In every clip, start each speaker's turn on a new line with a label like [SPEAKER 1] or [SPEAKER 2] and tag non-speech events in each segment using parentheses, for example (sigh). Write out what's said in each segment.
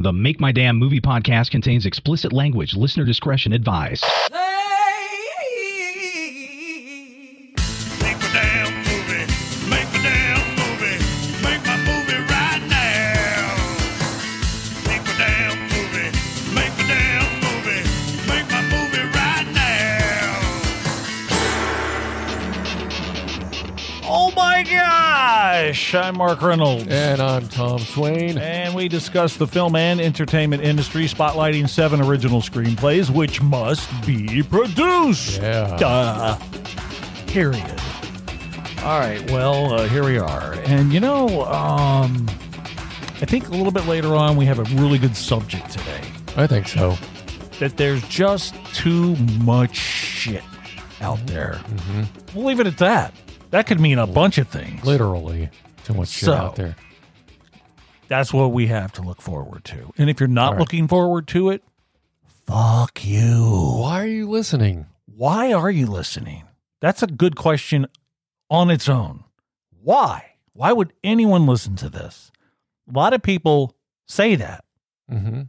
[SPEAKER 1] The Make My Damn Movie podcast contains explicit language. Listener discretion advised.
[SPEAKER 2] Make my damn movie. Make my damn movie. Make my movie right now. Make my damn movie. Make my damn movie. Make my movie right now.
[SPEAKER 3] Oh my gosh! I'm Mark Reynolds.
[SPEAKER 4] And I'm Tom Swain.
[SPEAKER 3] And we discuss the film and entertainment industry, spotlighting seven original screenplays, which must be produced.
[SPEAKER 4] Yeah.
[SPEAKER 3] Duh. Period. All right. Well, uh, here we are, and you know, um, I think a little bit later on we have a really good subject today.
[SPEAKER 4] I think so.
[SPEAKER 3] That there's just too much shit out there. We'll leave it at that. That could mean a bunch of things.
[SPEAKER 4] Literally, too much shit
[SPEAKER 3] So-
[SPEAKER 4] out there.
[SPEAKER 3] That's what we have to look forward to. And if you're not looking forward to it, fuck you.
[SPEAKER 4] Why are you listening?
[SPEAKER 3] Why are you listening? That's a good question on its own. Why? Why would anyone listen to this? A lot of people say that,
[SPEAKER 4] hmm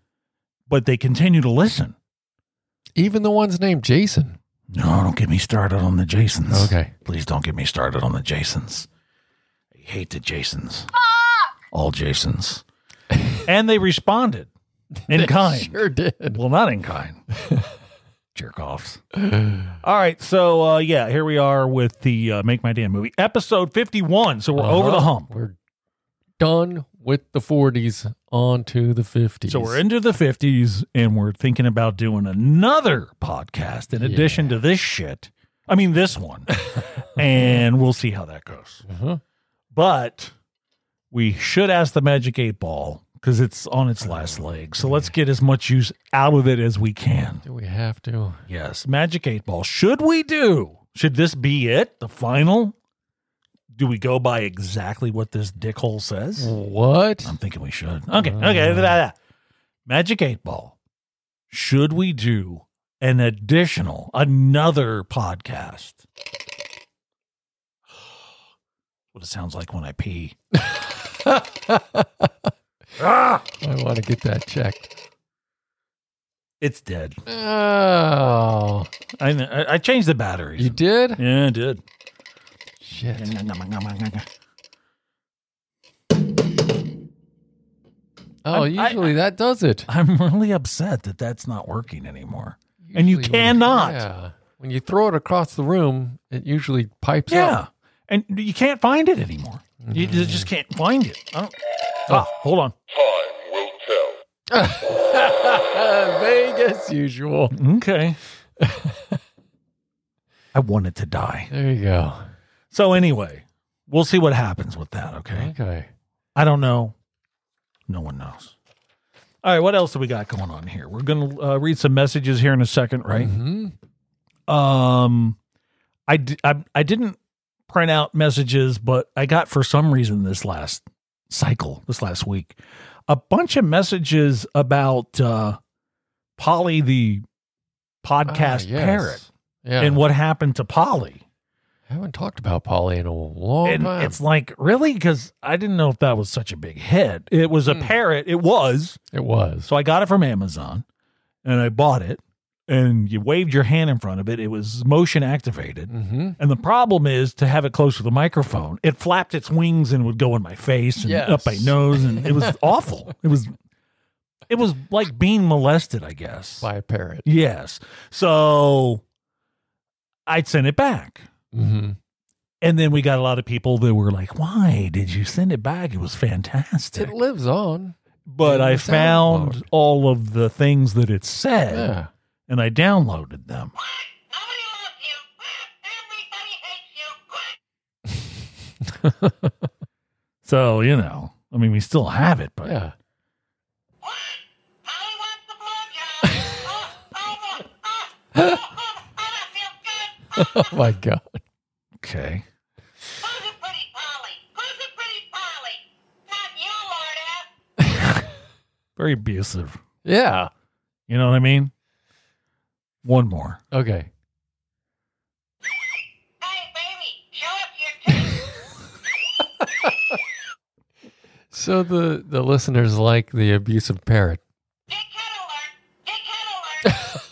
[SPEAKER 3] but they continue to listen.
[SPEAKER 4] Even the ones named Jason.
[SPEAKER 3] No, don't get me started on the Jasons.
[SPEAKER 4] Okay.
[SPEAKER 3] Please don't get me started on the Jasons. I hate the Jasons. All Jasons. and they responded
[SPEAKER 4] (laughs)
[SPEAKER 3] in kind.
[SPEAKER 4] Sure did.
[SPEAKER 3] Well, not in (laughs) kind. Jerk offs. (sighs) All right. So, uh, yeah, here we are with the uh, Make My Damn Movie, episode 51. So we're over the
[SPEAKER 4] Uh-huh.
[SPEAKER 3] hump.
[SPEAKER 4] We're done with the 40s, on to the 50s.
[SPEAKER 3] So we're into the 50s and we're thinking about doing another podcast in addition to this shit. I mean, this one. (laughs) and we'll see how that goes.
[SPEAKER 4] Uh-huh.
[SPEAKER 3] But we should ask the Magic 8 Ball because it's on its last leg. So let's get as much use out of it as we can.
[SPEAKER 4] Do we have to?
[SPEAKER 3] Yes, Magic Eight Ball. Should we do? Should this be it? The final? Do we go by exactly what this dickhole says?
[SPEAKER 4] What?
[SPEAKER 3] I'm thinking we should. Okay, okay. da, da, da. Magic Eight Ball. Should we do an additional, another podcast? (sighs) What it sounds like when I pee. Ah,
[SPEAKER 4] I want to get that checked.
[SPEAKER 3] it's dead. I
[SPEAKER 4] Oh,
[SPEAKER 3] I I changed the batteries.
[SPEAKER 4] you did?
[SPEAKER 3] Yeah, I did.
[SPEAKER 4] Shit.
[SPEAKER 3] I'm-
[SPEAKER 4] Oh,
[SPEAKER 3] I-
[SPEAKER 4] usually that does it.
[SPEAKER 3] I'm really upset that that's not working anymore. And you
[SPEAKER 4] Usually when-
[SPEAKER 3] cannot.
[SPEAKER 4] yeah. When you throw it across the room, it usually pipes
[SPEAKER 3] Yeah.
[SPEAKER 4] up.
[SPEAKER 3] And you can't find it anymore. You you
[SPEAKER 4] Mm-hmm.
[SPEAKER 3] just can't find it. I don't-
[SPEAKER 4] Oh.
[SPEAKER 3] Ah, hold on.
[SPEAKER 4] Vague as Ah, usual.
[SPEAKER 3] Okay. (laughs) I wanted to die.
[SPEAKER 4] There you go.
[SPEAKER 3] So, anyway, we'll see what happens with that. Okay.
[SPEAKER 4] Okay.
[SPEAKER 3] I don't know. No one knows. All right. What else do we got going on here? We're going to uh, read some messages here in a second, right?
[SPEAKER 4] hmm
[SPEAKER 3] Um, I, d- I I didn't print out messages, but I got for some reason this last cycle, this last week, a bunch of messages about uh, Polly the podcast
[SPEAKER 4] Ah, yes.
[SPEAKER 3] parrot
[SPEAKER 4] Yeah.
[SPEAKER 3] and what happened to Polly.
[SPEAKER 4] I haven't talked about Polly in a long
[SPEAKER 3] and
[SPEAKER 4] time.
[SPEAKER 3] it's like really because I didn't know if that was such a big hit. It was a
[SPEAKER 4] Hmm.
[SPEAKER 3] parrot. It was.
[SPEAKER 4] It was.
[SPEAKER 3] So I got it from Amazon, and I bought it. And you waved your hand in front of it. It was motion activated.
[SPEAKER 4] Mm-hmm.
[SPEAKER 3] And the problem is to have it close to the microphone. It flapped its wings and would go in my face and
[SPEAKER 4] Yes.
[SPEAKER 3] up my nose, and it was awful. It was, it was like being molested, I guess.
[SPEAKER 4] By a parrot.
[SPEAKER 3] Yes. So I sent it back,
[SPEAKER 4] Mm-hmm.
[SPEAKER 3] and then we got a lot of people that were like, "Why did you send it back? It was fantastic."
[SPEAKER 4] It lives on.
[SPEAKER 3] but I
[SPEAKER 4] the sound
[SPEAKER 3] found
[SPEAKER 4] mode.
[SPEAKER 3] all of the things that it said,
[SPEAKER 4] Yeah.
[SPEAKER 3] and I downloaded them.
[SPEAKER 2] Nobody loves you. Everybody hates you.
[SPEAKER 3] (laughs) So you know, I mean, we still have it, but
[SPEAKER 4] Yeah.
[SPEAKER 2] Molly wants the blowjob. Oh, oh, oh, oh, oh, I feel good.
[SPEAKER 4] Oh my God.
[SPEAKER 3] okay.
[SPEAKER 2] Who's a pretty Polly? Who's a pretty Polly? Not you, Lord ass.
[SPEAKER 3] Very abusive.
[SPEAKER 4] Yeah.
[SPEAKER 3] You know what I mean? One more.
[SPEAKER 4] Okay.
[SPEAKER 2] Hey, baby, show us your teeth.
[SPEAKER 4] So the the listeners like the abusive parrot.
[SPEAKER 5] Dickhead alert! Dickhead alert!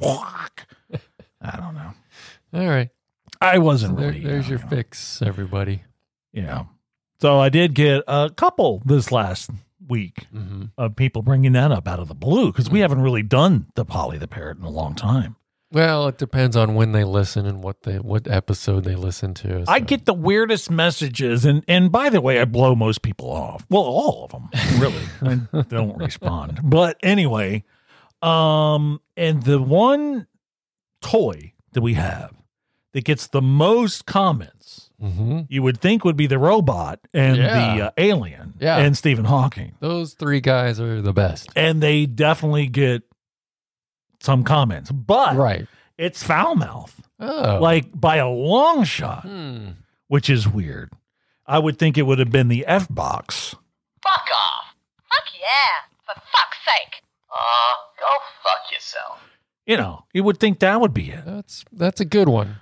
[SPEAKER 5] Dickhead alert!
[SPEAKER 3] Walk. (laughs) I don't know.
[SPEAKER 4] All right,
[SPEAKER 3] I wasn't
[SPEAKER 4] there,
[SPEAKER 3] really. uh,
[SPEAKER 4] there's your
[SPEAKER 3] you know.
[SPEAKER 4] fix, everybody.
[SPEAKER 3] Yeah. So I did get a couple this last week
[SPEAKER 4] Mm-hmm.
[SPEAKER 3] of people bringing that up out of the blue because
[SPEAKER 4] Hmm.
[SPEAKER 3] we haven't really done the Polly the Parrot in a long time.
[SPEAKER 4] Well, it depends on when they listen and what they what episode they listen to.
[SPEAKER 3] I
[SPEAKER 4] so-
[SPEAKER 3] get the weirdest messages, and and by the way, I blow most people off. Well, all of them,
[SPEAKER 4] (laughs)
[SPEAKER 3] really. I mean, they don't respond. But anyway, um, and the one toy that we have that gets the most comments,
[SPEAKER 4] Mhm.
[SPEAKER 3] you would think would be the robot and the
[SPEAKER 4] Yeah.
[SPEAKER 3] uh, alien,
[SPEAKER 4] Yeah.
[SPEAKER 3] and Stephen Hawking,
[SPEAKER 4] those three guys are the best.
[SPEAKER 3] and they definitely get some comments, but
[SPEAKER 4] Right.
[SPEAKER 3] it's foul mouth,
[SPEAKER 4] Oh.
[SPEAKER 3] like by a long shot
[SPEAKER 4] Hmm.
[SPEAKER 3] which is weird. I would think it would have been the F box.
[SPEAKER 5] Fuck off! Fuck yeah! For fuck's sake!
[SPEAKER 6] Uh, go fuck yourself.
[SPEAKER 3] You know, you would think that would be it.
[SPEAKER 4] That's that's a good one.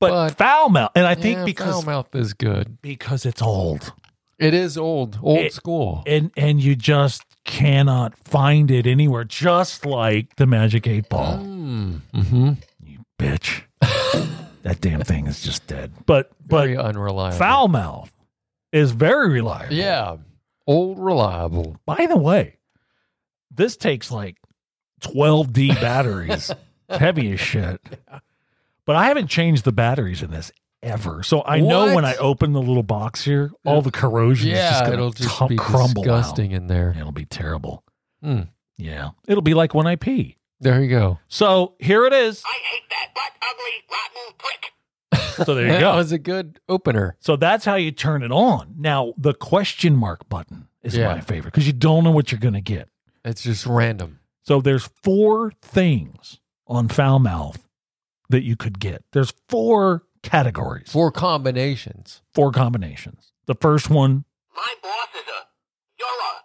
[SPEAKER 3] But,
[SPEAKER 4] But-
[SPEAKER 3] foul mouth, and I think
[SPEAKER 4] Yeah,
[SPEAKER 3] because
[SPEAKER 4] Foulmouth is good.
[SPEAKER 3] because it's old,
[SPEAKER 4] It is old, old
[SPEAKER 3] It-
[SPEAKER 4] school.
[SPEAKER 3] and and you just cannot find it anywhere. Just like the Magic Eight
[SPEAKER 4] Mm.
[SPEAKER 3] Ball,
[SPEAKER 4] mm-hmm.
[SPEAKER 3] you
[SPEAKER 4] (laughs)
[SPEAKER 3] bitch. that damn thing is just dead. But but
[SPEAKER 4] Very unreliable.
[SPEAKER 3] foul mouth is very reliable.
[SPEAKER 4] Yeah. Old reliable.
[SPEAKER 3] By the way, this takes like
[SPEAKER 4] (laughs)
[SPEAKER 3] 12D batteries, heavy as shit. But I haven't changed the batteries in this ever. So I know when
[SPEAKER 4] What?
[SPEAKER 3] I open the little box here, all the corrosion is just
[SPEAKER 4] Yeah,
[SPEAKER 3] going
[SPEAKER 4] it'll
[SPEAKER 3] to
[SPEAKER 4] just be
[SPEAKER 3] crumble
[SPEAKER 4] disgusting in there.
[SPEAKER 3] out. It'll be terrible.
[SPEAKER 4] Hmm.
[SPEAKER 3] Yeah. It'll be like when I pee.
[SPEAKER 4] There you go.
[SPEAKER 3] So here it is.
[SPEAKER 6] I hate that butt ugly rotten prick.
[SPEAKER 3] So there you
[SPEAKER 4] (laughs) that
[SPEAKER 3] go.
[SPEAKER 4] was a good opener.
[SPEAKER 3] So that's how you turn it on. Now, the question mark button is
[SPEAKER 4] Yeah.
[SPEAKER 3] my favorite because you don't know what you're going to get.
[SPEAKER 4] It's just random.
[SPEAKER 3] So there's four things on foul mouth that you could get. There's four categories,
[SPEAKER 4] Four combinations.
[SPEAKER 3] four combinations. The first one,
[SPEAKER 6] My boss is a, you're a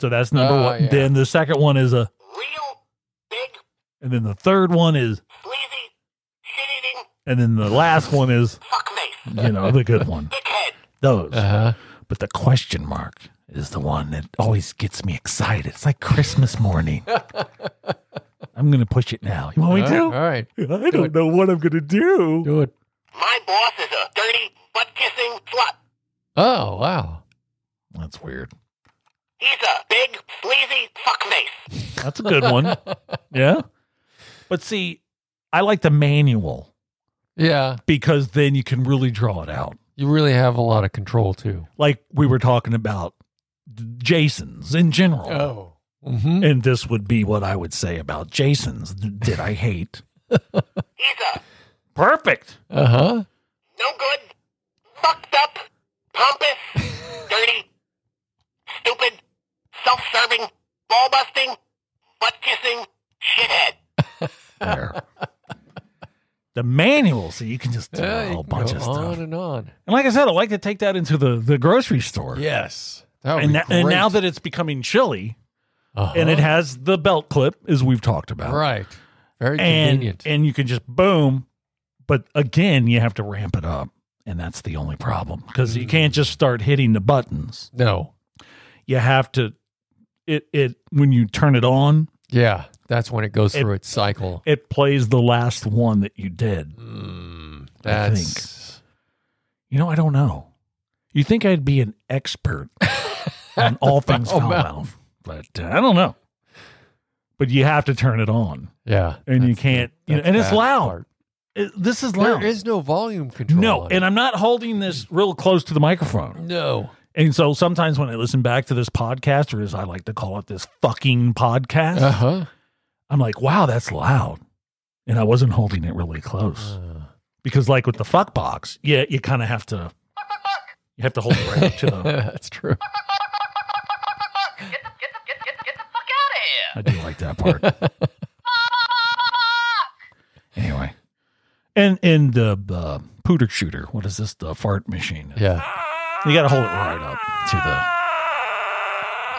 [SPEAKER 3] so that's number
[SPEAKER 4] Oh,
[SPEAKER 3] one.
[SPEAKER 4] yeah.
[SPEAKER 3] Then the second one is a,
[SPEAKER 6] real big
[SPEAKER 3] and then the third one is,
[SPEAKER 6] sleazy shit-eating
[SPEAKER 3] and then the last one is,
[SPEAKER 6] fuckface
[SPEAKER 3] you know, the good one.
[SPEAKER 6] dickhead.
[SPEAKER 3] Those.
[SPEAKER 4] Uh huh.
[SPEAKER 3] But the question mark is the one that always gets me excited. It's like Christmas
[SPEAKER 4] (laughs)
[SPEAKER 3] morning. I'm going to push it now. You want me
[SPEAKER 4] Uh-huh. All
[SPEAKER 3] to?
[SPEAKER 4] right.
[SPEAKER 3] I don't know what I'm going to do.
[SPEAKER 4] Do it.
[SPEAKER 6] My boss is a dirty butt kissing slut.
[SPEAKER 4] Oh, wow.
[SPEAKER 3] That's weird.
[SPEAKER 6] He's a big sleazy fuckface.
[SPEAKER 3] That's a good one. Yeah. But see, I like the manual
[SPEAKER 4] Yeah.
[SPEAKER 3] because then you can really draw it out.
[SPEAKER 4] You really have a lot of control, too.
[SPEAKER 3] Like we were talking about Jason's in general.
[SPEAKER 4] Oh.
[SPEAKER 3] (laughs)
[SPEAKER 4] Mm-hmm.
[SPEAKER 3] And this would be what I would say about Jason's. Did I hate?
[SPEAKER 6] He's a
[SPEAKER 3] Perfect.
[SPEAKER 4] Uh huh.
[SPEAKER 6] no good, fucked up, pompous, dirty, stupid, self-serving, ball-busting, butt-kissing shithead.
[SPEAKER 3] There. the manual, so you can just do
[SPEAKER 4] Yeah,
[SPEAKER 3] a
[SPEAKER 4] you
[SPEAKER 3] whole
[SPEAKER 4] can
[SPEAKER 3] bunch
[SPEAKER 4] go
[SPEAKER 3] of
[SPEAKER 4] on
[SPEAKER 3] stuff.
[SPEAKER 4] and on.
[SPEAKER 3] And like I said, I like to take that into the, the grocery store.
[SPEAKER 4] Yes. That would
[SPEAKER 3] And,
[SPEAKER 4] be
[SPEAKER 3] that, and
[SPEAKER 4] great.
[SPEAKER 3] now that it's becoming chilly
[SPEAKER 4] Uh-huh.
[SPEAKER 3] and it has the belt clip, as we've talked about.
[SPEAKER 4] Right. Very
[SPEAKER 3] and
[SPEAKER 4] convenient.
[SPEAKER 3] and you can just boom but again you have to ramp it up and that's the only problem because you can't just start hitting the buttons
[SPEAKER 4] no.
[SPEAKER 3] you have to it it when you turn it on
[SPEAKER 4] Yeah. That's when it goes
[SPEAKER 3] It-
[SPEAKER 4] through its cycle.
[SPEAKER 3] it plays the last one that you did
[SPEAKER 4] Mm,
[SPEAKER 3] I think.
[SPEAKER 4] that's
[SPEAKER 3] you know i don't know you think i'd be an
[SPEAKER 4] (laughs)
[SPEAKER 3] expert on all things
[SPEAKER 4] foul
[SPEAKER 3] foul
[SPEAKER 4] mouth.
[SPEAKER 3] mouth but uh, i don't know but you have to turn it on
[SPEAKER 4] yeah.
[SPEAKER 3] and you
[SPEAKER 4] that's the-
[SPEAKER 3] can't you know,
[SPEAKER 4] that's
[SPEAKER 3] and it's
[SPEAKER 4] that
[SPEAKER 3] loud
[SPEAKER 4] part.
[SPEAKER 3] It- this is loud
[SPEAKER 4] There is no volume control.
[SPEAKER 3] no
[SPEAKER 4] on
[SPEAKER 3] and
[SPEAKER 4] it.
[SPEAKER 3] i'm not holding this real close to the microphone
[SPEAKER 4] no.
[SPEAKER 3] And so sometimes when I listen back to this podcast, or as I like to call it, this fucking podcast,
[SPEAKER 4] Uh huh.
[SPEAKER 3] I'm like, wow, that's loud. And I wasn't holding it really close because, like with the fuck box, yeah, you kind of have to, you have to hold it right up to
[SPEAKER 4] (laughs)
[SPEAKER 3] the.
[SPEAKER 4] (laughs) that's true.
[SPEAKER 5] Get the, get the, get the, get the fuck out of here!
[SPEAKER 3] I do like that part anyway. And and the uh, pooter shooter, what is this? The fart machine.
[SPEAKER 4] Yeah.
[SPEAKER 3] You got to hold it right up to the.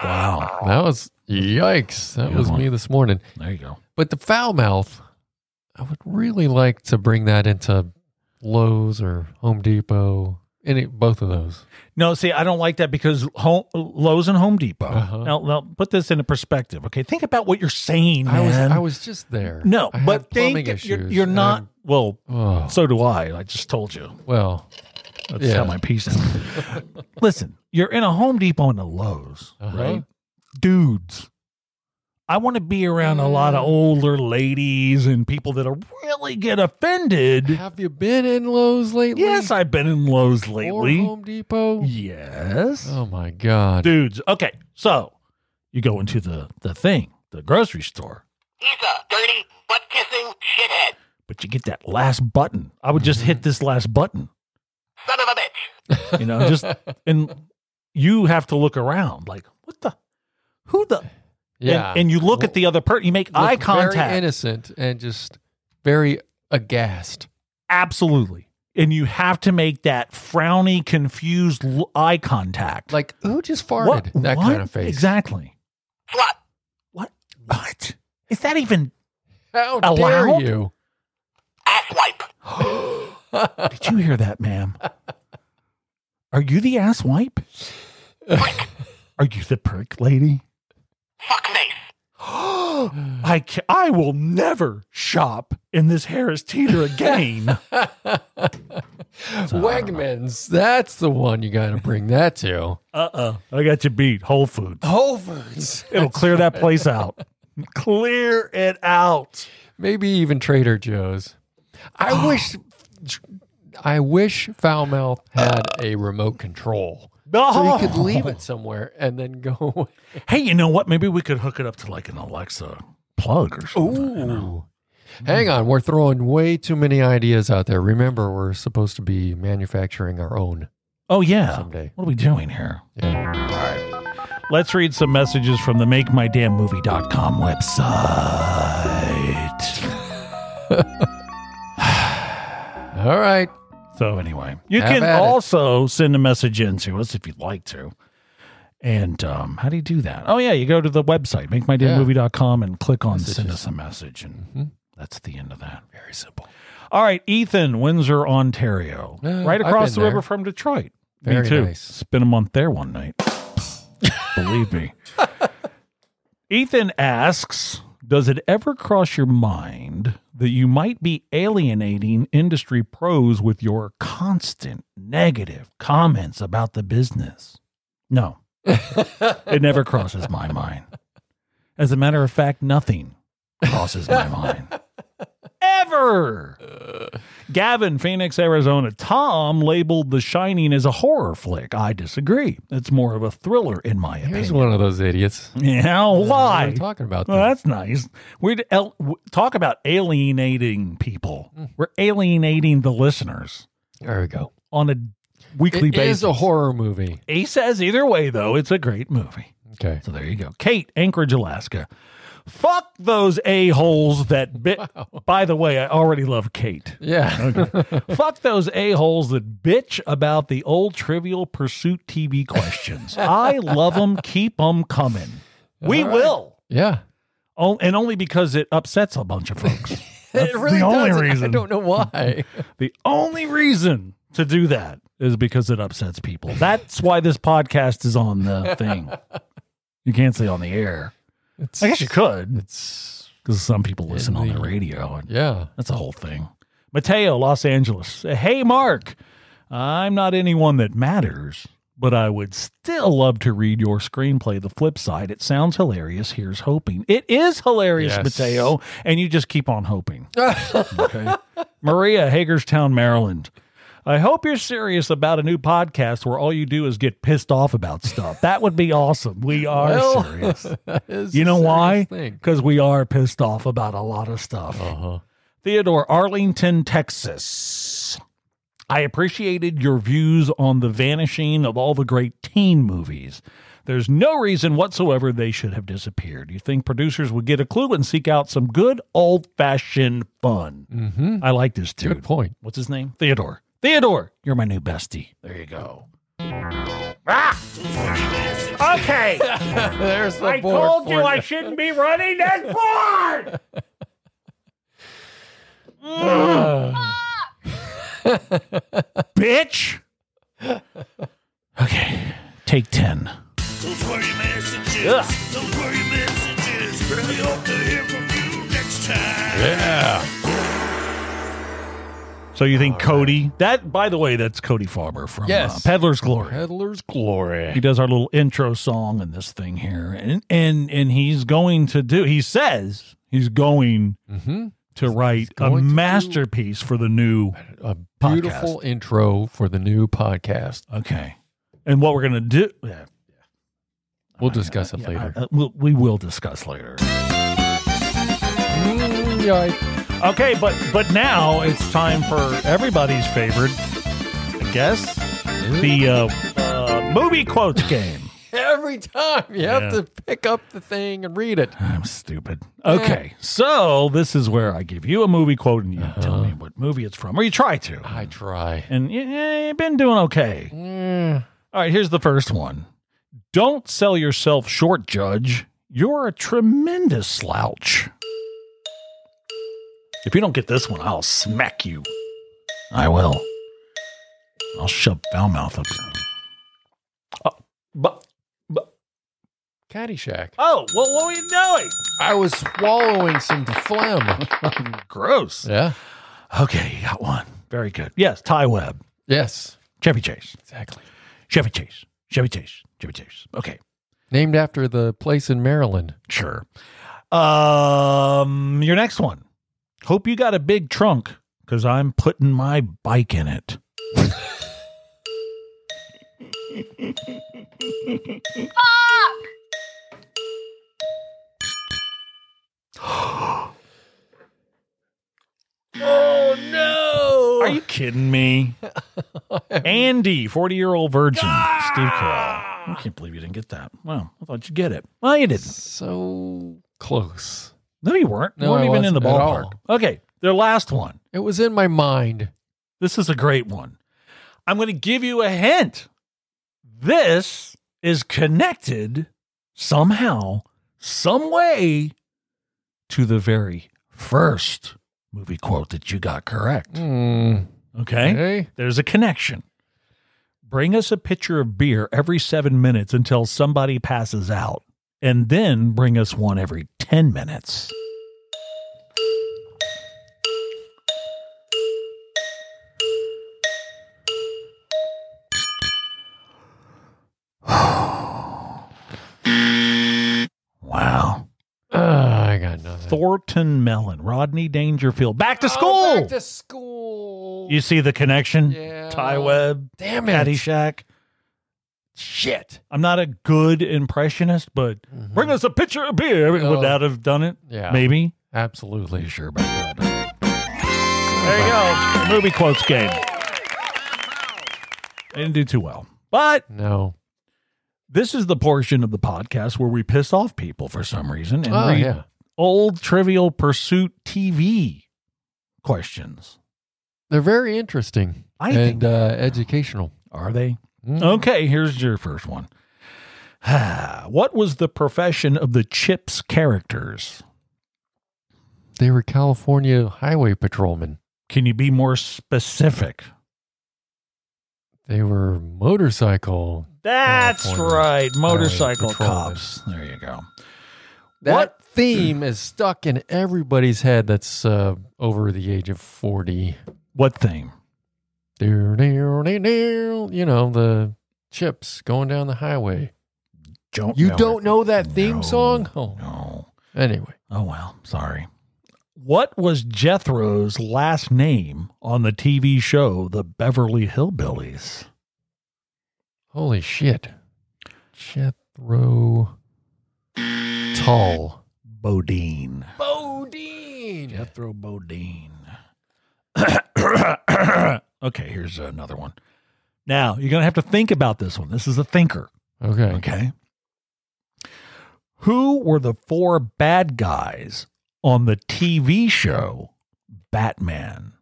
[SPEAKER 3] Wow,
[SPEAKER 4] That was yikes. That
[SPEAKER 3] Good
[SPEAKER 4] was
[SPEAKER 3] one.
[SPEAKER 4] me this morning.
[SPEAKER 3] there you go.
[SPEAKER 4] But the foul mouth, I would really like to bring that into Lowe's or Home Depot Any both of those.
[SPEAKER 3] No, see, I don't like that because home, Lowe's and Home Depot.
[SPEAKER 4] Uh-huh.
[SPEAKER 3] Now, now, put this into perspective. Okay, think about what you're saying, man.
[SPEAKER 4] I was I was just there.
[SPEAKER 3] no,
[SPEAKER 4] I had
[SPEAKER 3] but
[SPEAKER 4] plumbing
[SPEAKER 3] think that you're,
[SPEAKER 4] issues,
[SPEAKER 3] you're
[SPEAKER 4] and
[SPEAKER 3] not. well,
[SPEAKER 4] I'm- oh,
[SPEAKER 3] so do I. I just told you.
[SPEAKER 4] well,
[SPEAKER 3] That's
[SPEAKER 4] Yeah.
[SPEAKER 3] how my piece
[SPEAKER 4] (laughs)
[SPEAKER 3] is. Listen, you're in a Home Depot and a Lowe's,
[SPEAKER 4] Uh-huh.
[SPEAKER 3] right? Dudes. I want to be around a lot of older ladies and people that are really get offended.
[SPEAKER 4] have you been in Lowe's lately?
[SPEAKER 3] Yes, I've been in Lowe's
[SPEAKER 4] or
[SPEAKER 3] lately.
[SPEAKER 4] Home Depot.
[SPEAKER 3] Yes.
[SPEAKER 4] Oh my God!
[SPEAKER 3] Dudes. Okay. So you go into the, the thing, the grocery store,
[SPEAKER 6] He's a dirty, butt kissing shithead.
[SPEAKER 3] but you get that last button. I would
[SPEAKER 4] Mm-hmm.
[SPEAKER 3] just hit this last button,
[SPEAKER 6] Son of a bitch.
[SPEAKER 3] you know,
[SPEAKER 4] (laughs)
[SPEAKER 3] just and you have to look around like, what the who the
[SPEAKER 4] yeah,
[SPEAKER 3] and, and you look at the other person, you make
[SPEAKER 4] Looked
[SPEAKER 3] eye
[SPEAKER 4] very
[SPEAKER 3] contact.
[SPEAKER 4] innocent, and just very aghast.
[SPEAKER 3] Absolutely. And you have to make that frowny, confused l- eye contact.
[SPEAKER 4] Like who just farted?
[SPEAKER 3] What-
[SPEAKER 4] That
[SPEAKER 3] what
[SPEAKER 4] kind of face.
[SPEAKER 3] Exactly.
[SPEAKER 6] Slut.
[SPEAKER 3] What? What? Is that even?
[SPEAKER 4] How
[SPEAKER 3] Allowed?
[SPEAKER 4] dare you?
[SPEAKER 3] (gasps)
[SPEAKER 6] Asswipe.
[SPEAKER 4] (laughs)
[SPEAKER 3] Did you hear that, ma'am? Are you the ass wipe? Are you the prick lady?
[SPEAKER 6] Fuck face.
[SPEAKER 4] (gasps)
[SPEAKER 3] I ca I will never shop in this Harris Teeter (laughs) again.
[SPEAKER 4] Wegmans. That's the one you got to bring
[SPEAKER 3] (gasps)
[SPEAKER 4] that to.
[SPEAKER 3] uh uh I got you beat. Whole Foods.
[SPEAKER 4] Whole Foods.
[SPEAKER 3] It'll clear that place out. (laughs) Clear it out.
[SPEAKER 4] Maybe even Trader Joe's.
[SPEAKER 3] (gasps)
[SPEAKER 4] I wish. I wish Foul Mouth had a remote control so you could leave it somewhere and then go.
[SPEAKER 3] Oh.
[SPEAKER 4] (laughs)
[SPEAKER 3] Hey, you know what? Maybe we could hook it up to like an Alexa plug or something.
[SPEAKER 4] Ooh. Hang on, we're throwing way too many ideas out there. Remember, we're supposed to be manufacturing our own
[SPEAKER 3] Oh yeah.
[SPEAKER 4] someday.
[SPEAKER 3] What are we doing here?
[SPEAKER 4] Yeah.
[SPEAKER 3] Let's read some messages from the makemydamnmovie.com website.
[SPEAKER 4] All right.
[SPEAKER 3] So anyway, you
[SPEAKER 4] Have
[SPEAKER 3] can
[SPEAKER 4] at it.
[SPEAKER 3] also send a message in to us if you'd like to. And um, how do you do that? Oh yeah, you go to the website makemydamnmovie.com and click on send us a message and
[SPEAKER 4] Mm-hmm.
[SPEAKER 3] that's the end of that. Very simple. All right, Ethan, Windsor, Ontario.
[SPEAKER 4] Uh,
[SPEAKER 3] right
[SPEAKER 4] I've
[SPEAKER 3] across
[SPEAKER 4] been
[SPEAKER 3] the
[SPEAKER 4] there.
[SPEAKER 3] river from Detroit.
[SPEAKER 4] Very
[SPEAKER 3] Me too.
[SPEAKER 4] nice.
[SPEAKER 3] Spent a month there one
[SPEAKER 4] (laughs)
[SPEAKER 3] night. Believe me. Ethan asks, does it ever cross your mind that you might be alienating industry pros with your constant negative comments about the business? No. it never crosses my mind. As a matter of fact, nothing crosses my mind. Ever. Gavin, Phoenix, Arizona. Tom labeled The Shining as a horror flick. I disagree. It's more of a thriller, in my
[SPEAKER 4] Here's
[SPEAKER 3] opinion.
[SPEAKER 4] one of those idiots.
[SPEAKER 3] (laughs) Yeah,
[SPEAKER 4] Uh,
[SPEAKER 3] why?
[SPEAKER 4] We're talking about
[SPEAKER 3] Well,
[SPEAKER 4] that.
[SPEAKER 3] that's nice. We'd el- w- talk about alienating people.
[SPEAKER 4] Hmm.
[SPEAKER 3] We're alienating the listeners
[SPEAKER 4] There we go.
[SPEAKER 3] on a weekly
[SPEAKER 4] It
[SPEAKER 3] basis.
[SPEAKER 4] is a horror movie.
[SPEAKER 3] he says either way, though, it's a great movie.
[SPEAKER 4] Okay.
[SPEAKER 3] So there you go. Kate, Anchorage, Alaska. Fuck those a-holes that
[SPEAKER 4] (laughs)
[SPEAKER 3] bit. By the way, I already love Kate.
[SPEAKER 4] Yeah. (laughs)
[SPEAKER 3] Fuck those a-holes that bitch about the old Trivial Pursuit TV questions. I love them. Keep them coming. We
[SPEAKER 4] All right.
[SPEAKER 3] will.
[SPEAKER 4] Yeah.
[SPEAKER 3] Oh, and only because it upsets a bunch of folks. That's
[SPEAKER 4] (laughs) it really
[SPEAKER 3] the only
[SPEAKER 4] does.
[SPEAKER 3] reason.
[SPEAKER 4] (laughs) I don't know why.
[SPEAKER 3] The only reason to do that is because it upsets people. That's why this podcast is on the
[SPEAKER 4] (laughs)
[SPEAKER 3] thing. You can't say on the air.
[SPEAKER 4] It's,
[SPEAKER 3] I guess you could
[SPEAKER 4] It's
[SPEAKER 3] because some people listen on the
[SPEAKER 4] the-
[SPEAKER 3] radio. And
[SPEAKER 4] (laughs) yeah.
[SPEAKER 3] that's a whole thing. Mateo, Los Angeles. Hey, Mark. I'm not anyone that matters, but I would still love to read your screenplay, The Flip Side. It sounds hilarious. Here's hoping. It is hilarious,
[SPEAKER 4] Yes.
[SPEAKER 3] Mateo, and you just keep on
[SPEAKER 4] (laughs)
[SPEAKER 3] hoping. okay. Maria, Hagerstown, Maryland. I hope you're serious about a new podcast where all you do is get pissed off about stuff. That would be awesome. We are
[SPEAKER 4] Well,
[SPEAKER 3] serious.
[SPEAKER 4] (laughs) that is
[SPEAKER 3] You
[SPEAKER 4] a
[SPEAKER 3] know
[SPEAKER 4] serious
[SPEAKER 3] why?
[SPEAKER 4] Thing.
[SPEAKER 3] Because we are pissed off about a lot of stuff.
[SPEAKER 4] Uh-huh.
[SPEAKER 3] Theodore, Arlington, Texas. I appreciated your views on the vanishing of all the great teen movies. There's no reason whatsoever they should have disappeared. You think producers would get a clue and seek out some good old fashioned fun?
[SPEAKER 4] Mm-hmm.
[SPEAKER 3] I like this dude.
[SPEAKER 4] Good point.
[SPEAKER 3] What's his name? Theodore. Theodore, you're my new bestie. There you go. Ah! Okay.
[SPEAKER 4] There's the
[SPEAKER 3] I
[SPEAKER 4] board
[SPEAKER 3] told you
[SPEAKER 4] for
[SPEAKER 3] I shouldn't be running this
[SPEAKER 4] (laughs)
[SPEAKER 3] board.
[SPEAKER 4] (sighs)
[SPEAKER 3] Mm. Bitch. Okay. Take 10.
[SPEAKER 2] Those were your messages.
[SPEAKER 3] Ugh.
[SPEAKER 2] Those were your messages. We hope to hear from you next time.
[SPEAKER 4] Yeah.
[SPEAKER 3] So you think Cody? That, by the way, that's Cody Farber from
[SPEAKER 4] Yes.
[SPEAKER 3] uh, Peddler's Glory.
[SPEAKER 4] Peddler's
[SPEAKER 3] He
[SPEAKER 4] glory.
[SPEAKER 3] does our little intro song and this thing here, and and and he's going to do. He says he's going
[SPEAKER 4] Mm-hmm.
[SPEAKER 3] to write a
[SPEAKER 4] going to do-
[SPEAKER 3] masterpiece for the new.
[SPEAKER 4] A beautiful intro for the new podcast.
[SPEAKER 3] Okay, and what we're gonna do? Yeah,
[SPEAKER 4] We'll discuss it
[SPEAKER 3] yeah,
[SPEAKER 4] later.
[SPEAKER 3] uh, we'll, we will discuss later.
[SPEAKER 4] Mm, yeah, I-
[SPEAKER 3] Okay, but but now it's time for everybody's favorite, I guess, the uh, uh, movie quotes
[SPEAKER 4] (sighs)
[SPEAKER 3] game.
[SPEAKER 4] every time you
[SPEAKER 3] Yeah.
[SPEAKER 4] have to pick up the thing and read it.
[SPEAKER 3] I'm stupid. Okay, so this is where I give you a movie quote and you tell
[SPEAKER 4] Uh-huh.
[SPEAKER 3] me what movie it's from, or you try to.
[SPEAKER 4] I try.
[SPEAKER 3] and y- yeah, you've been doing okay.
[SPEAKER 4] Mm.
[SPEAKER 3] All right, here's the first one. Don't sell yourself short, Judge. You're a tremendous slouch. If you don't get this one, I'll smack you. I will. I'll shove Foulmouth up. Oh, but, but,
[SPEAKER 4] Caddyshack.
[SPEAKER 3] oh, well, what were you doing?
[SPEAKER 4] I was swallowing some (laughs) phlegm.
[SPEAKER 3] Gross.
[SPEAKER 4] Yeah.
[SPEAKER 3] Okay, you got one. Very good. Yes, Ty Webb,
[SPEAKER 4] Yes.
[SPEAKER 3] Chevy Chase,
[SPEAKER 4] Exactly.
[SPEAKER 3] Chevy Chase, Chevy Chase, Chevy Chase. Okay,
[SPEAKER 4] Named after the place in Maryland.
[SPEAKER 3] sure. Um, your next one. Hope you got a big trunk because I'm putting my bike in it.
[SPEAKER 4] Oh no!
[SPEAKER 3] Are you kidding me? Andy, 40 year old virgin, Steve Carell. I can't believe you didn't get that. Wow, I thought you'd get it. Well, you didn't.
[SPEAKER 4] so close?
[SPEAKER 3] No, you weren't.
[SPEAKER 4] No,
[SPEAKER 3] you weren't
[SPEAKER 4] I
[SPEAKER 3] even in the
[SPEAKER 4] wasn't at all.
[SPEAKER 3] ballpark. Okay, their last one.
[SPEAKER 4] It was in my mind.
[SPEAKER 3] This is a great one. I'm going to give you a hint. This is connected somehow, some way to the very first movie quote that you got correct. Hmm.
[SPEAKER 4] Mm.
[SPEAKER 3] Okay.
[SPEAKER 4] Okay.
[SPEAKER 3] There's a connection. Bring us a pitcher of beer every seven minutes until somebody passes out, and then bring us one every 10 minutes. wow.
[SPEAKER 4] Ah, I got nothing.
[SPEAKER 3] Thornton Mellon, Rodney Dangerfield. Back to
[SPEAKER 4] Oh,
[SPEAKER 3] school.
[SPEAKER 4] back to school.
[SPEAKER 3] you see the connection?
[SPEAKER 4] yeah.
[SPEAKER 3] Ty Webb.
[SPEAKER 4] Damn it.
[SPEAKER 3] Caddyshack.
[SPEAKER 4] Shit.
[SPEAKER 3] I'm not a good impressionist, but bring us a pitcher of beer. Would
[SPEAKER 4] Oh.
[SPEAKER 3] that have done it?
[SPEAKER 4] Yeah.
[SPEAKER 3] Maybe.
[SPEAKER 4] Absolutely.
[SPEAKER 3] sure about that? There you go. The movie quotes game. I didn't do too well. But
[SPEAKER 4] No.
[SPEAKER 3] this is the portion of the podcast where we piss off people for some reason and
[SPEAKER 4] Oh
[SPEAKER 3] read
[SPEAKER 4] yeah.
[SPEAKER 3] old Trivial Pursuit TV questions.
[SPEAKER 4] They're very interesting
[SPEAKER 3] I
[SPEAKER 4] and
[SPEAKER 3] think-
[SPEAKER 4] uh, educational.
[SPEAKER 3] Are they?
[SPEAKER 4] Mm.
[SPEAKER 3] Okay, here's your first one. (sighs) what was the profession of the Chips characters?
[SPEAKER 4] They were California highway patrolmen.
[SPEAKER 3] Can you be more specific?
[SPEAKER 4] They were motorcycle.
[SPEAKER 3] That's
[SPEAKER 4] California
[SPEAKER 3] right. Motorcycle
[SPEAKER 4] patrolmen.
[SPEAKER 3] cops. There you go.
[SPEAKER 4] That
[SPEAKER 3] What? (clears throat)
[SPEAKER 4] theme is stuck in everybody's head that's uh, over the age of 40.
[SPEAKER 3] What theme?
[SPEAKER 4] You know, the chips going down the highway.
[SPEAKER 3] Don't
[SPEAKER 4] You
[SPEAKER 3] know
[SPEAKER 4] don't know that theme
[SPEAKER 3] No.
[SPEAKER 4] song? Oh.
[SPEAKER 3] it. No.
[SPEAKER 4] Anyway,
[SPEAKER 3] Oh well. Sorry. What was Jethro's last name on the TV show The Beverly Hillbillies?
[SPEAKER 4] holy shit. Jethro Tull.
[SPEAKER 3] Bodine.
[SPEAKER 4] Bodine.
[SPEAKER 3] Jethro Bodine. (coughs) okay, here's another one. Now, you're going to have to think about this one. This is a thinker.
[SPEAKER 4] Okay.
[SPEAKER 3] Okay. Who were the four bad guys on the TV show Batman?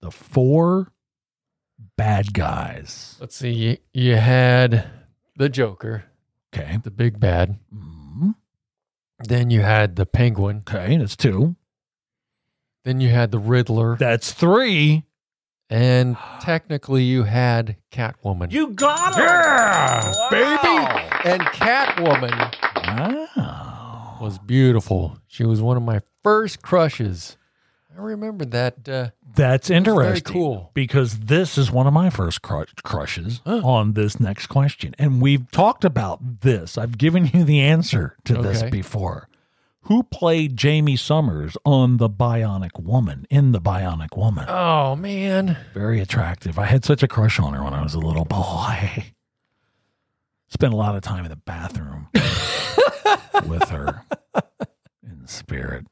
[SPEAKER 3] The four bad guys.
[SPEAKER 4] Let's see. You, you had the Joker,
[SPEAKER 3] Okay.
[SPEAKER 4] the big bad.
[SPEAKER 3] Mm,
[SPEAKER 4] Then you had the Penguin.
[SPEAKER 3] Okay, that's two.
[SPEAKER 4] Then you had the Riddler.
[SPEAKER 3] That's three.
[SPEAKER 4] And technically, you had Catwoman.
[SPEAKER 3] You got it.
[SPEAKER 4] baby! And Catwoman
[SPEAKER 3] Ah. Wow.
[SPEAKER 4] was beautiful. She was one of my first crushes. I remember that. Uh,
[SPEAKER 3] That's interesting.
[SPEAKER 4] very cool.
[SPEAKER 3] Because this is one of my first cru- crushes on this next question. And we've talked about this. I've given you the answer to this
[SPEAKER 4] Okay.
[SPEAKER 3] before. Who played Jamie Summers on The Bionic Woman in The Bionic Woman?
[SPEAKER 4] Oh, man.
[SPEAKER 3] Very attractive. I had such a crush on her when I was a little boy. Spent a lot of time in the
[SPEAKER 4] (laughs)
[SPEAKER 3] bathroom with her in spirit.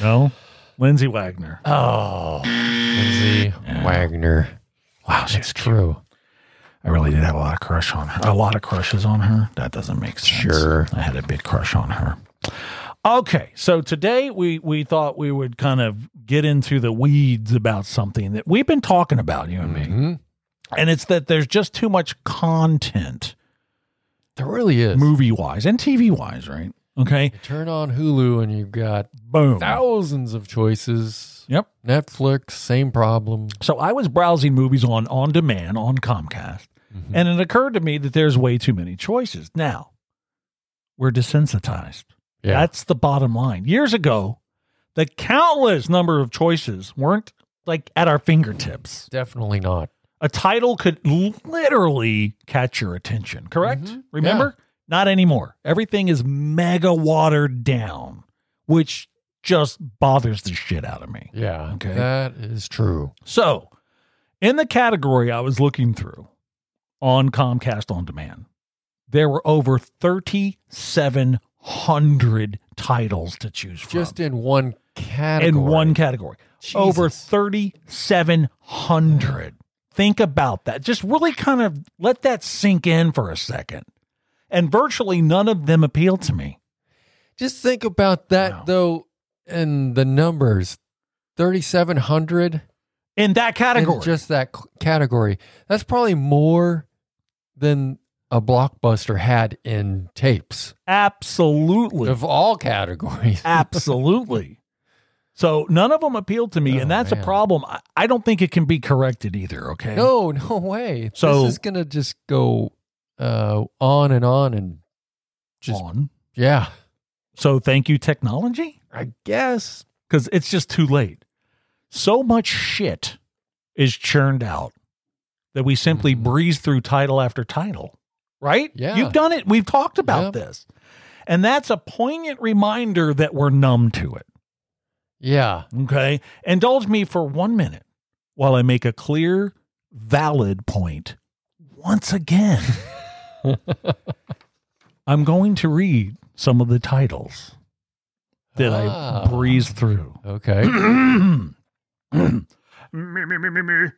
[SPEAKER 3] No? Lindsay Wagner.
[SPEAKER 4] Oh, Lindsay Wagner.
[SPEAKER 3] Wow, she's
[SPEAKER 4] It's true.
[SPEAKER 3] I really did have a lot of crush on her. A lot of crushes on her. That doesn't make sense.
[SPEAKER 4] Sure.
[SPEAKER 3] I had a big crush on her. Okay, so today we we thought we would kind of get into the weeds about something that we've been talking about, you and me.
[SPEAKER 4] Mhm.
[SPEAKER 3] And it's that there's just too much content
[SPEAKER 4] There really is.
[SPEAKER 3] movie wise and TV wise, right? Okay.
[SPEAKER 4] You turn on Hulu and you've got
[SPEAKER 3] Boom.
[SPEAKER 4] thousands of choices.
[SPEAKER 3] Yep.
[SPEAKER 4] Netflix, same problem.
[SPEAKER 3] So I was browsing movies on on demand on Comcast,
[SPEAKER 4] Mm-hmm.
[SPEAKER 3] and it occurred to me that there's way too many choices. Now, we're desensitized. That's the bottom line. Years ago, the countless number of choices weren't like at our fingertips.
[SPEAKER 4] definitely not.
[SPEAKER 3] A title could literally catch your attention, correct?
[SPEAKER 4] Mhm.
[SPEAKER 3] Remember? Not anymore. Everything is mega watered down, which just bothers the shit out of me.
[SPEAKER 4] Yeah.
[SPEAKER 3] Okay.
[SPEAKER 4] That is true.
[SPEAKER 3] So, in the category I was looking through on Comcast On Demand, there were over 3,700 titles to choose from
[SPEAKER 4] Just in one category.
[SPEAKER 3] in one category. Over
[SPEAKER 4] Jesus.
[SPEAKER 3] 3,700. Think about that. Just really kind of let that sink in for a second. And virtually none of them appealed to me.
[SPEAKER 4] Just think about that
[SPEAKER 3] Wow.
[SPEAKER 4] though, and the numbers, thirty-seven hundred
[SPEAKER 3] In that category,
[SPEAKER 4] in just that c- category. That's probably more than a blockbuster had in tapes
[SPEAKER 3] absolutely.
[SPEAKER 4] of all categories.
[SPEAKER 3] Absolutely. So none of them appealed to me,
[SPEAKER 4] Oh,
[SPEAKER 3] and that's a
[SPEAKER 4] man.
[SPEAKER 3] problem. I, I don't think it can be corrected either. Okay.
[SPEAKER 4] No, (laughs) no way.
[SPEAKER 3] So-
[SPEAKER 4] this is gonna just go uh, on and on and just
[SPEAKER 3] On.
[SPEAKER 4] yeah.
[SPEAKER 3] So thank you, technology,
[SPEAKER 4] I guess
[SPEAKER 3] because it's just too late. So much shit is churned out that we simply
[SPEAKER 4] Mhm.
[SPEAKER 3] breeze through title after title, right?
[SPEAKER 4] Yeah.
[SPEAKER 3] You've done it. We've talked about
[SPEAKER 4] Yep.
[SPEAKER 3] this. And that's a poignant reminder that we're numb to it.
[SPEAKER 4] yeah.
[SPEAKER 3] Okay. Indulge me for one minute while I make a clear, valid point once again. I'm going to read some of the titles that I
[SPEAKER 4] Ah.
[SPEAKER 3] breeze through. (clears throat)
[SPEAKER 4] Okay.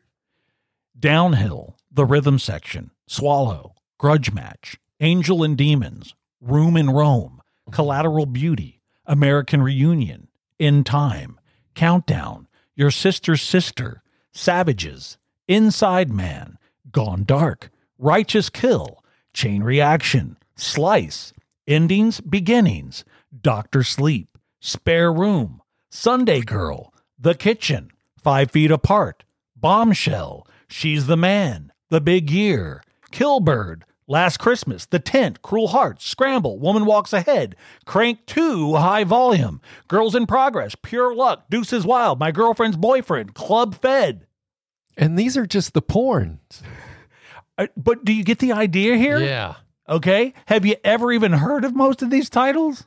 [SPEAKER 3] (clears throat) Downhill, The Rhythm Section, Swallow, Grudge Match, Angel and Demons, Room in Rome, Collateral Beauty, American Reunion, In Time, Countdown, Your Sister's Sister, Savages, Inside Man, Gone Dark, Righteous Kill, Chain Reaction, Slice, Endings, Beginnings, Doctor Sleep, Spare Room, Sunday Girl, The Kitchen, Five Feet Apart, Bombshell, She's the Man, The Big Year, Killbird, Last Christmas, The Tent, Cruel Hearts, Scramble, Woman Walks Ahead, Crank 2, High Volume, Girls in Progress, Pure Luck, Deuces Wild, My Girlfriend's Boyfriend, Club Fed.
[SPEAKER 4] and these are just the porns.
[SPEAKER 3] Uh, But do you get the idea here?
[SPEAKER 4] Yeah.
[SPEAKER 3] Okay. Have you ever even heard of most of these titles?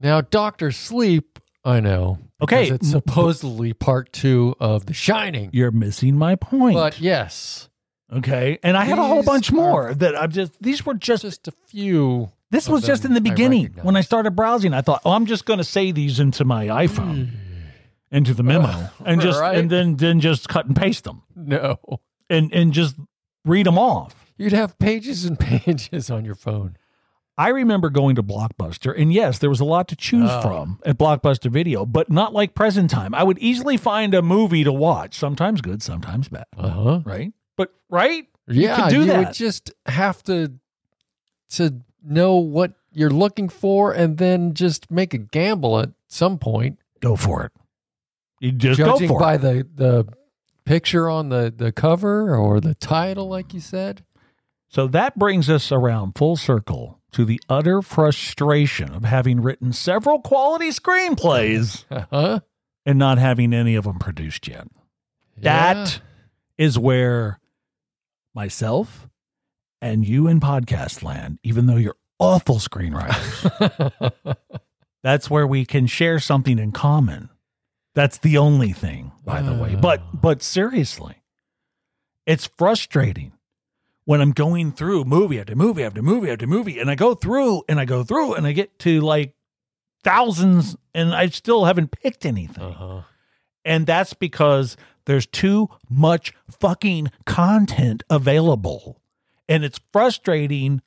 [SPEAKER 4] Now, Doctor Sleep, I know.
[SPEAKER 3] Okay.
[SPEAKER 4] because it's supposedly part two of The Shining.
[SPEAKER 3] You're missing my point.
[SPEAKER 4] But yes,
[SPEAKER 3] Okay. And I had a whole
[SPEAKER 4] These
[SPEAKER 3] bunch
[SPEAKER 4] are-
[SPEAKER 3] more that I've just, these were just,
[SPEAKER 4] just a few.
[SPEAKER 3] this
[SPEAKER 4] of
[SPEAKER 3] was just in
[SPEAKER 4] them
[SPEAKER 3] the
[SPEAKER 4] I
[SPEAKER 3] beginning.
[SPEAKER 4] recognize.
[SPEAKER 3] when I started browsing, I thought, oh, I'm just going to say these into my iPhone, into the memo, and just,
[SPEAKER 4] Hmm. Right.
[SPEAKER 3] and then, then just cut and paste them
[SPEAKER 4] No,
[SPEAKER 3] and, and just read them off.
[SPEAKER 4] you'd have pages and (laughs) pages on your phone.
[SPEAKER 3] I remember going to Blockbuster, and yes, there was a lot to choose
[SPEAKER 4] Oh.
[SPEAKER 3] from at Blockbuster Video, but not like present time. I would easily find a movie to watch, sometimes good, sometimes bad,
[SPEAKER 4] Uh huh.
[SPEAKER 3] right? But, right?
[SPEAKER 4] Yeah,
[SPEAKER 3] could do
[SPEAKER 4] you
[SPEAKER 3] that.
[SPEAKER 4] would just have to to know what you're looking for, and then just make a gamble at some point,
[SPEAKER 3] Go for it. You just go
[SPEAKER 4] judging
[SPEAKER 3] for it.
[SPEAKER 4] by the the picture on the, the cover or the title, like you said?
[SPEAKER 3] So that brings us around full circle to the utter frustration of having written several quality screenplays
[SPEAKER 4] Huh?
[SPEAKER 3] and not having any of them produced yet. That is where myself and you in podcast land, even though you're awful screenwriters,
[SPEAKER 4] (laughs) Yeah.
[SPEAKER 3] that's where we can share something in common. That's the only thing, by the way.
[SPEAKER 4] Ah.
[SPEAKER 3] But but seriously, it's frustrating when I'm going through movie after movie after movie after movie, and I go through and I go through and I get to like thousands, and I still haven't picked anything.
[SPEAKER 4] uh-huh.
[SPEAKER 3] And that's because there's too much fucking content available. And it's frustrating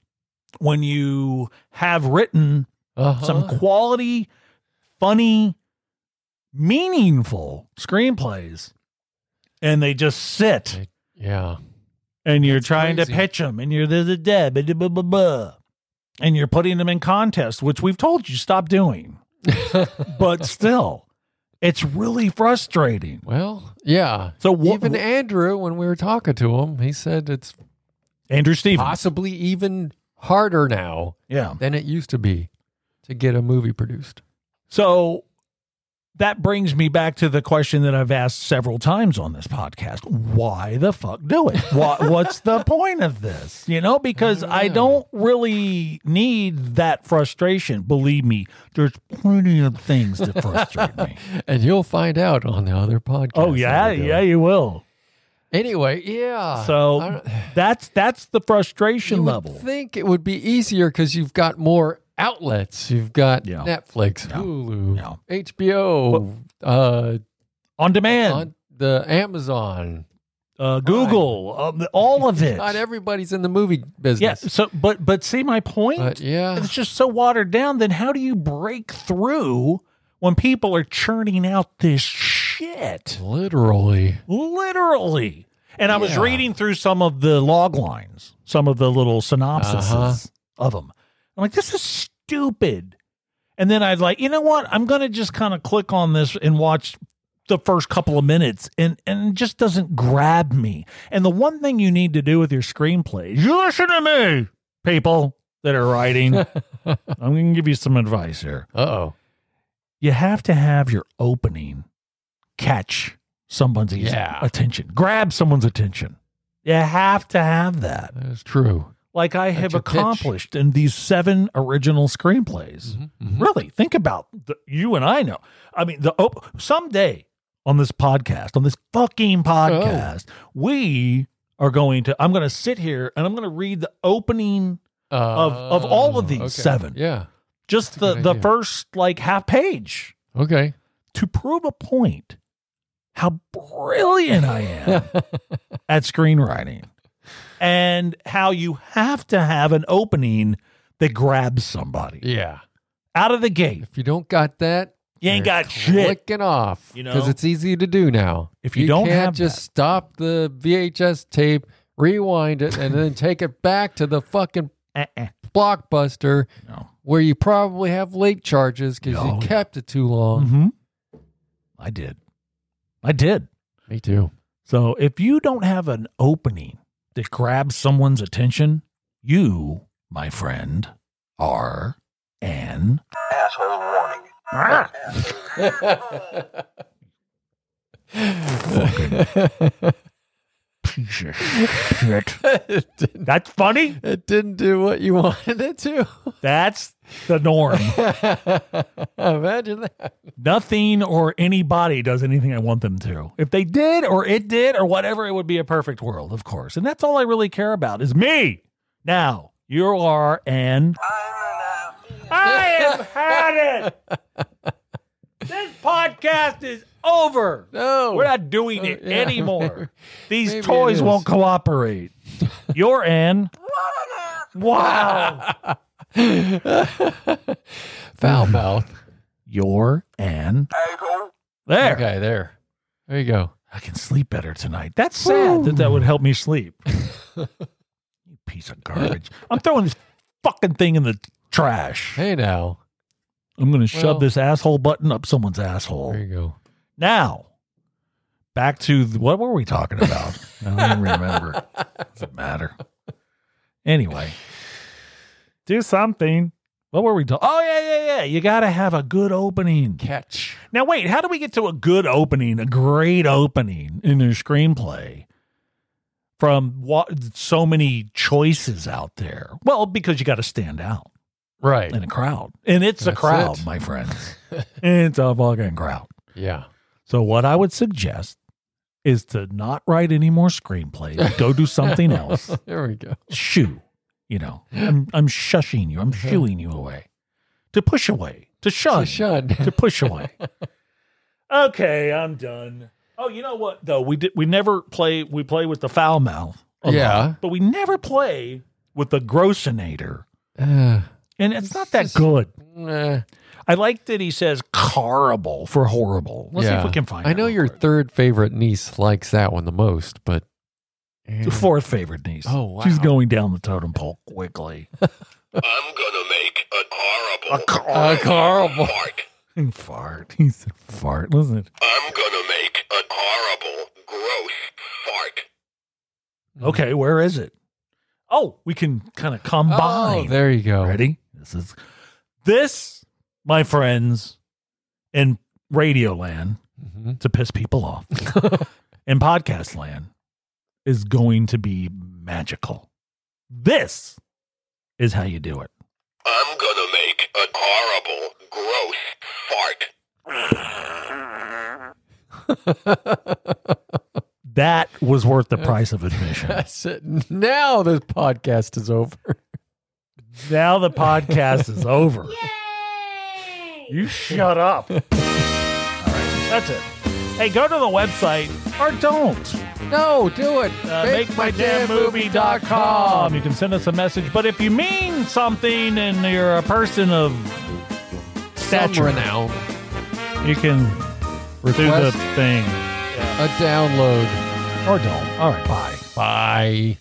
[SPEAKER 3] when you have written
[SPEAKER 4] Uh-huh.
[SPEAKER 3] some quality, funny, meaningful screenplays and they just sit
[SPEAKER 4] yeah.
[SPEAKER 3] and you're
[SPEAKER 4] That's
[SPEAKER 3] trying to
[SPEAKER 4] crazy.
[SPEAKER 3] pitch them and you're the dead blah, blah, blah, blah. and you're putting them in contests which we've told you stop
[SPEAKER 4] (laughs)
[SPEAKER 3] doing but still it's really frustrating
[SPEAKER 4] well, yeah.
[SPEAKER 3] so what
[SPEAKER 4] Even Andrew, when we were talking to him, he said it's
[SPEAKER 3] Andrew Stevens.
[SPEAKER 4] possibly even harder now
[SPEAKER 3] Yeah.
[SPEAKER 4] than it used to be to get a movie produced.
[SPEAKER 3] So that brings me back to the question that I've asked several times on this podcast. Why the fuck do it? What, what's the point of this? You know, because I
[SPEAKER 4] Yeah.
[SPEAKER 3] don't really need that frustration. Believe me, there's plenty of things that frustrate me.
[SPEAKER 4] And you'll find out on the other podcast.
[SPEAKER 3] oh, yeah.
[SPEAKER 4] that we do.
[SPEAKER 3] Yeah, you will.
[SPEAKER 4] Anyway, yeah. I
[SPEAKER 3] So
[SPEAKER 4] don't-
[SPEAKER 3] Uh, that's that's the frustration
[SPEAKER 4] you
[SPEAKER 3] level.
[SPEAKER 4] Would think it would be easier because you've got more outlets. You've got
[SPEAKER 3] Yeah.
[SPEAKER 4] Netflix,
[SPEAKER 3] Yeah.
[SPEAKER 4] Hulu,
[SPEAKER 3] Yeah.
[SPEAKER 4] HBO, uh,
[SPEAKER 3] on demand,
[SPEAKER 4] on the Amazon.
[SPEAKER 3] uh, Google, um, all of it.
[SPEAKER 4] Not everybody's in the movie
[SPEAKER 3] Yeah.
[SPEAKER 4] business.
[SPEAKER 3] So, but but see my point.
[SPEAKER 4] But yeah,
[SPEAKER 3] it's just so watered down, then how do you break through when people are churning out this shit?
[SPEAKER 4] literally.
[SPEAKER 3] Literally. And I was
[SPEAKER 4] Yeah.
[SPEAKER 3] reading through some of the log lines, some of the little synopsises
[SPEAKER 4] Uh-huh.
[SPEAKER 3] of them. I'm like, this is stupid. And then I'd like, you know what? I'm gonna just kind of click on this and watch the first couple of minutes and and it just doesn't grab me. And the one thing you need to do with your screenplays, you listen to me, people that are
[SPEAKER 4] (laughs)
[SPEAKER 3] writing.
[SPEAKER 4] uh
[SPEAKER 3] I'm going to give you some advice here.
[SPEAKER 4] oh.
[SPEAKER 3] You have to have your opening catch someone's
[SPEAKER 4] Yeah.
[SPEAKER 3] attention, grab someone's attention. You have to have that.
[SPEAKER 4] That is true.
[SPEAKER 3] Like I
[SPEAKER 4] That's
[SPEAKER 3] have
[SPEAKER 4] your pitch.
[SPEAKER 3] accomplished in these seven original screenplays.
[SPEAKER 4] Mhm, mhm.
[SPEAKER 3] Really, think about the, you and I know. I mean, the op- someday on this podcast, on this
[SPEAKER 4] Oh.
[SPEAKER 3] fucking podcast, we are going to. I'm going to sit here and I'm going to read the opening, of all of these
[SPEAKER 4] Oh, okay.
[SPEAKER 3] seven.
[SPEAKER 4] Yeah.
[SPEAKER 3] just
[SPEAKER 4] a
[SPEAKER 3] the
[SPEAKER 4] good
[SPEAKER 3] the
[SPEAKER 4] idea.
[SPEAKER 3] first like half page.
[SPEAKER 4] Okay.
[SPEAKER 3] to prove a point how brilliant I am at screenwriting and how you have to have an opening that grabs somebody
[SPEAKER 4] yeah.
[SPEAKER 3] out of the gate.
[SPEAKER 4] If you don't got that,
[SPEAKER 3] You ain't
[SPEAKER 4] you're
[SPEAKER 3] got shit.
[SPEAKER 4] Clicking off,
[SPEAKER 3] You
[SPEAKER 4] you
[SPEAKER 3] know?
[SPEAKER 4] because it's easy to do now.
[SPEAKER 3] If you don't
[SPEAKER 4] can't
[SPEAKER 3] have
[SPEAKER 4] just
[SPEAKER 3] that.
[SPEAKER 4] stop the VHS tape, rewind it, and then take it back to the fucking
[SPEAKER 3] Uh-uh.
[SPEAKER 4] blockbuster
[SPEAKER 3] No.
[SPEAKER 4] where you probably have late charges because
[SPEAKER 3] Oh, yeah.
[SPEAKER 4] you kept it too long.
[SPEAKER 3] Mhm. I did. I did.
[SPEAKER 4] Me too.
[SPEAKER 3] So if you don't have an opening that grabs someone's attention, you, my friend, are an
[SPEAKER 6] Asshole warning.
[SPEAKER 3] piece of shit.
[SPEAKER 4] it, didn't,
[SPEAKER 3] That's funny.
[SPEAKER 4] it didn't do what you wanted it to.
[SPEAKER 3] That's the
[SPEAKER 4] (laughs)
[SPEAKER 3] norm.
[SPEAKER 4] Imagine that.
[SPEAKER 3] Nothing or anybody does anything I want them to. If they did or it did or whatever, it would be a perfect world, of course. And that's all I really care about is me. Now, you are an. I have had
[SPEAKER 4] (laughs)
[SPEAKER 3] it. This podcast is over.
[SPEAKER 4] No.
[SPEAKER 3] We're not doing it
[SPEAKER 4] Uh, yeah. (laughs)
[SPEAKER 3] anymore. These
[SPEAKER 4] Maybe it
[SPEAKER 3] toys
[SPEAKER 4] is.
[SPEAKER 3] won't
[SPEAKER 4] (laughs)
[SPEAKER 3] cooperate. You're an. Wow.
[SPEAKER 4] Foul mouth.
[SPEAKER 3] You're an. There.
[SPEAKER 4] Okay, there. There you go.
[SPEAKER 3] I can sleep better tonight. That's sad that that would help me sleep. (laughs) you piece of (laughs) garbage. I'm throwing this fucking thing in the trash.
[SPEAKER 4] Hey now.
[SPEAKER 3] I'm going to shove
[SPEAKER 4] Well-
[SPEAKER 3] this asshole button up someone's
[SPEAKER 4] There
[SPEAKER 3] asshole.
[SPEAKER 4] you go.
[SPEAKER 3] Now, back to th- what were we talking (laughs) about? I don't even remember. Doesn't matter. Anyway, do something. What were we talking? Oh yeah, yeah, yeah. You got to have a good opening.
[SPEAKER 4] Catch.
[SPEAKER 3] Now wait, how do we get to a good opening, a great opening in a screenplay from what so many choices out there? Well, because you got to stand out
[SPEAKER 4] Right.
[SPEAKER 3] in a crowd, and it's a
[SPEAKER 4] That's
[SPEAKER 3] crowd,
[SPEAKER 4] it.
[SPEAKER 3] my
[SPEAKER 4] (laughs)
[SPEAKER 3] friends. it's a fucking crowd.
[SPEAKER 4] Yeah.
[SPEAKER 3] So what I would suggest is to not write any more screenplays. Go do something else.
[SPEAKER 4] there we go.
[SPEAKER 3] Shoo. You know, I'm I'm shushing you. I'm shooing you away. To push away. To
[SPEAKER 4] Uh-huh. (laughs) To
[SPEAKER 3] shun.
[SPEAKER 4] shun.
[SPEAKER 3] to push away. okay, I'm done. Oh, you know what though? We did we never play we play with the foul mouth. a lot,
[SPEAKER 4] Yeah.
[SPEAKER 3] but we never play with the grossinator.
[SPEAKER 4] Uh,
[SPEAKER 3] And it's not that
[SPEAKER 4] Just-
[SPEAKER 3] good.
[SPEAKER 4] (sighs) nah.
[SPEAKER 3] I like that he says horrible for horrible. Let's see
[SPEAKER 4] Yeah.
[SPEAKER 3] if we can find
[SPEAKER 4] I
[SPEAKER 3] it
[SPEAKER 4] know
[SPEAKER 3] real
[SPEAKER 4] your
[SPEAKER 3] quick.
[SPEAKER 4] third favorite niece likes that one the most, but
[SPEAKER 3] The fourth favorite niece.
[SPEAKER 4] Oh, wow.
[SPEAKER 3] She's going down the totem pole
[SPEAKER 4] (laughs)
[SPEAKER 3] quickly.
[SPEAKER 6] I'm gonna make a horrible
[SPEAKER 4] Uh, horrible.
[SPEAKER 6] fart.
[SPEAKER 3] fart. He said fart. Listen.
[SPEAKER 6] I'm gonna make a horrible, gross fart.
[SPEAKER 3] Okay, where is it? Oh, we can kind of
[SPEAKER 4] Oh,
[SPEAKER 3] combine.
[SPEAKER 4] there you go.
[SPEAKER 3] Ready? This is this, my friends, in radio land
[SPEAKER 4] Mhm.
[SPEAKER 3] to piss people off. in podcast land is going to be magical. This is how you do it.
[SPEAKER 6] I'm gonna make a horrible, gross fart.
[SPEAKER 3] That was worth the price of admission.
[SPEAKER 4] That's it. Now this podcast is over.
[SPEAKER 3] now the podcast is over. You shut up. All right, that's it. Hey, go to the website or don't.
[SPEAKER 4] No, do it.
[SPEAKER 3] Uh, MakeMyDamnMovie.com. You can send us a message. But if you mean something and you're a person of
[SPEAKER 4] Some
[SPEAKER 3] stature,
[SPEAKER 4] renown.
[SPEAKER 3] you can do the
[SPEAKER 4] Request
[SPEAKER 3] thing
[SPEAKER 4] a download.
[SPEAKER 3] or don't. All right, bye.
[SPEAKER 4] Bye.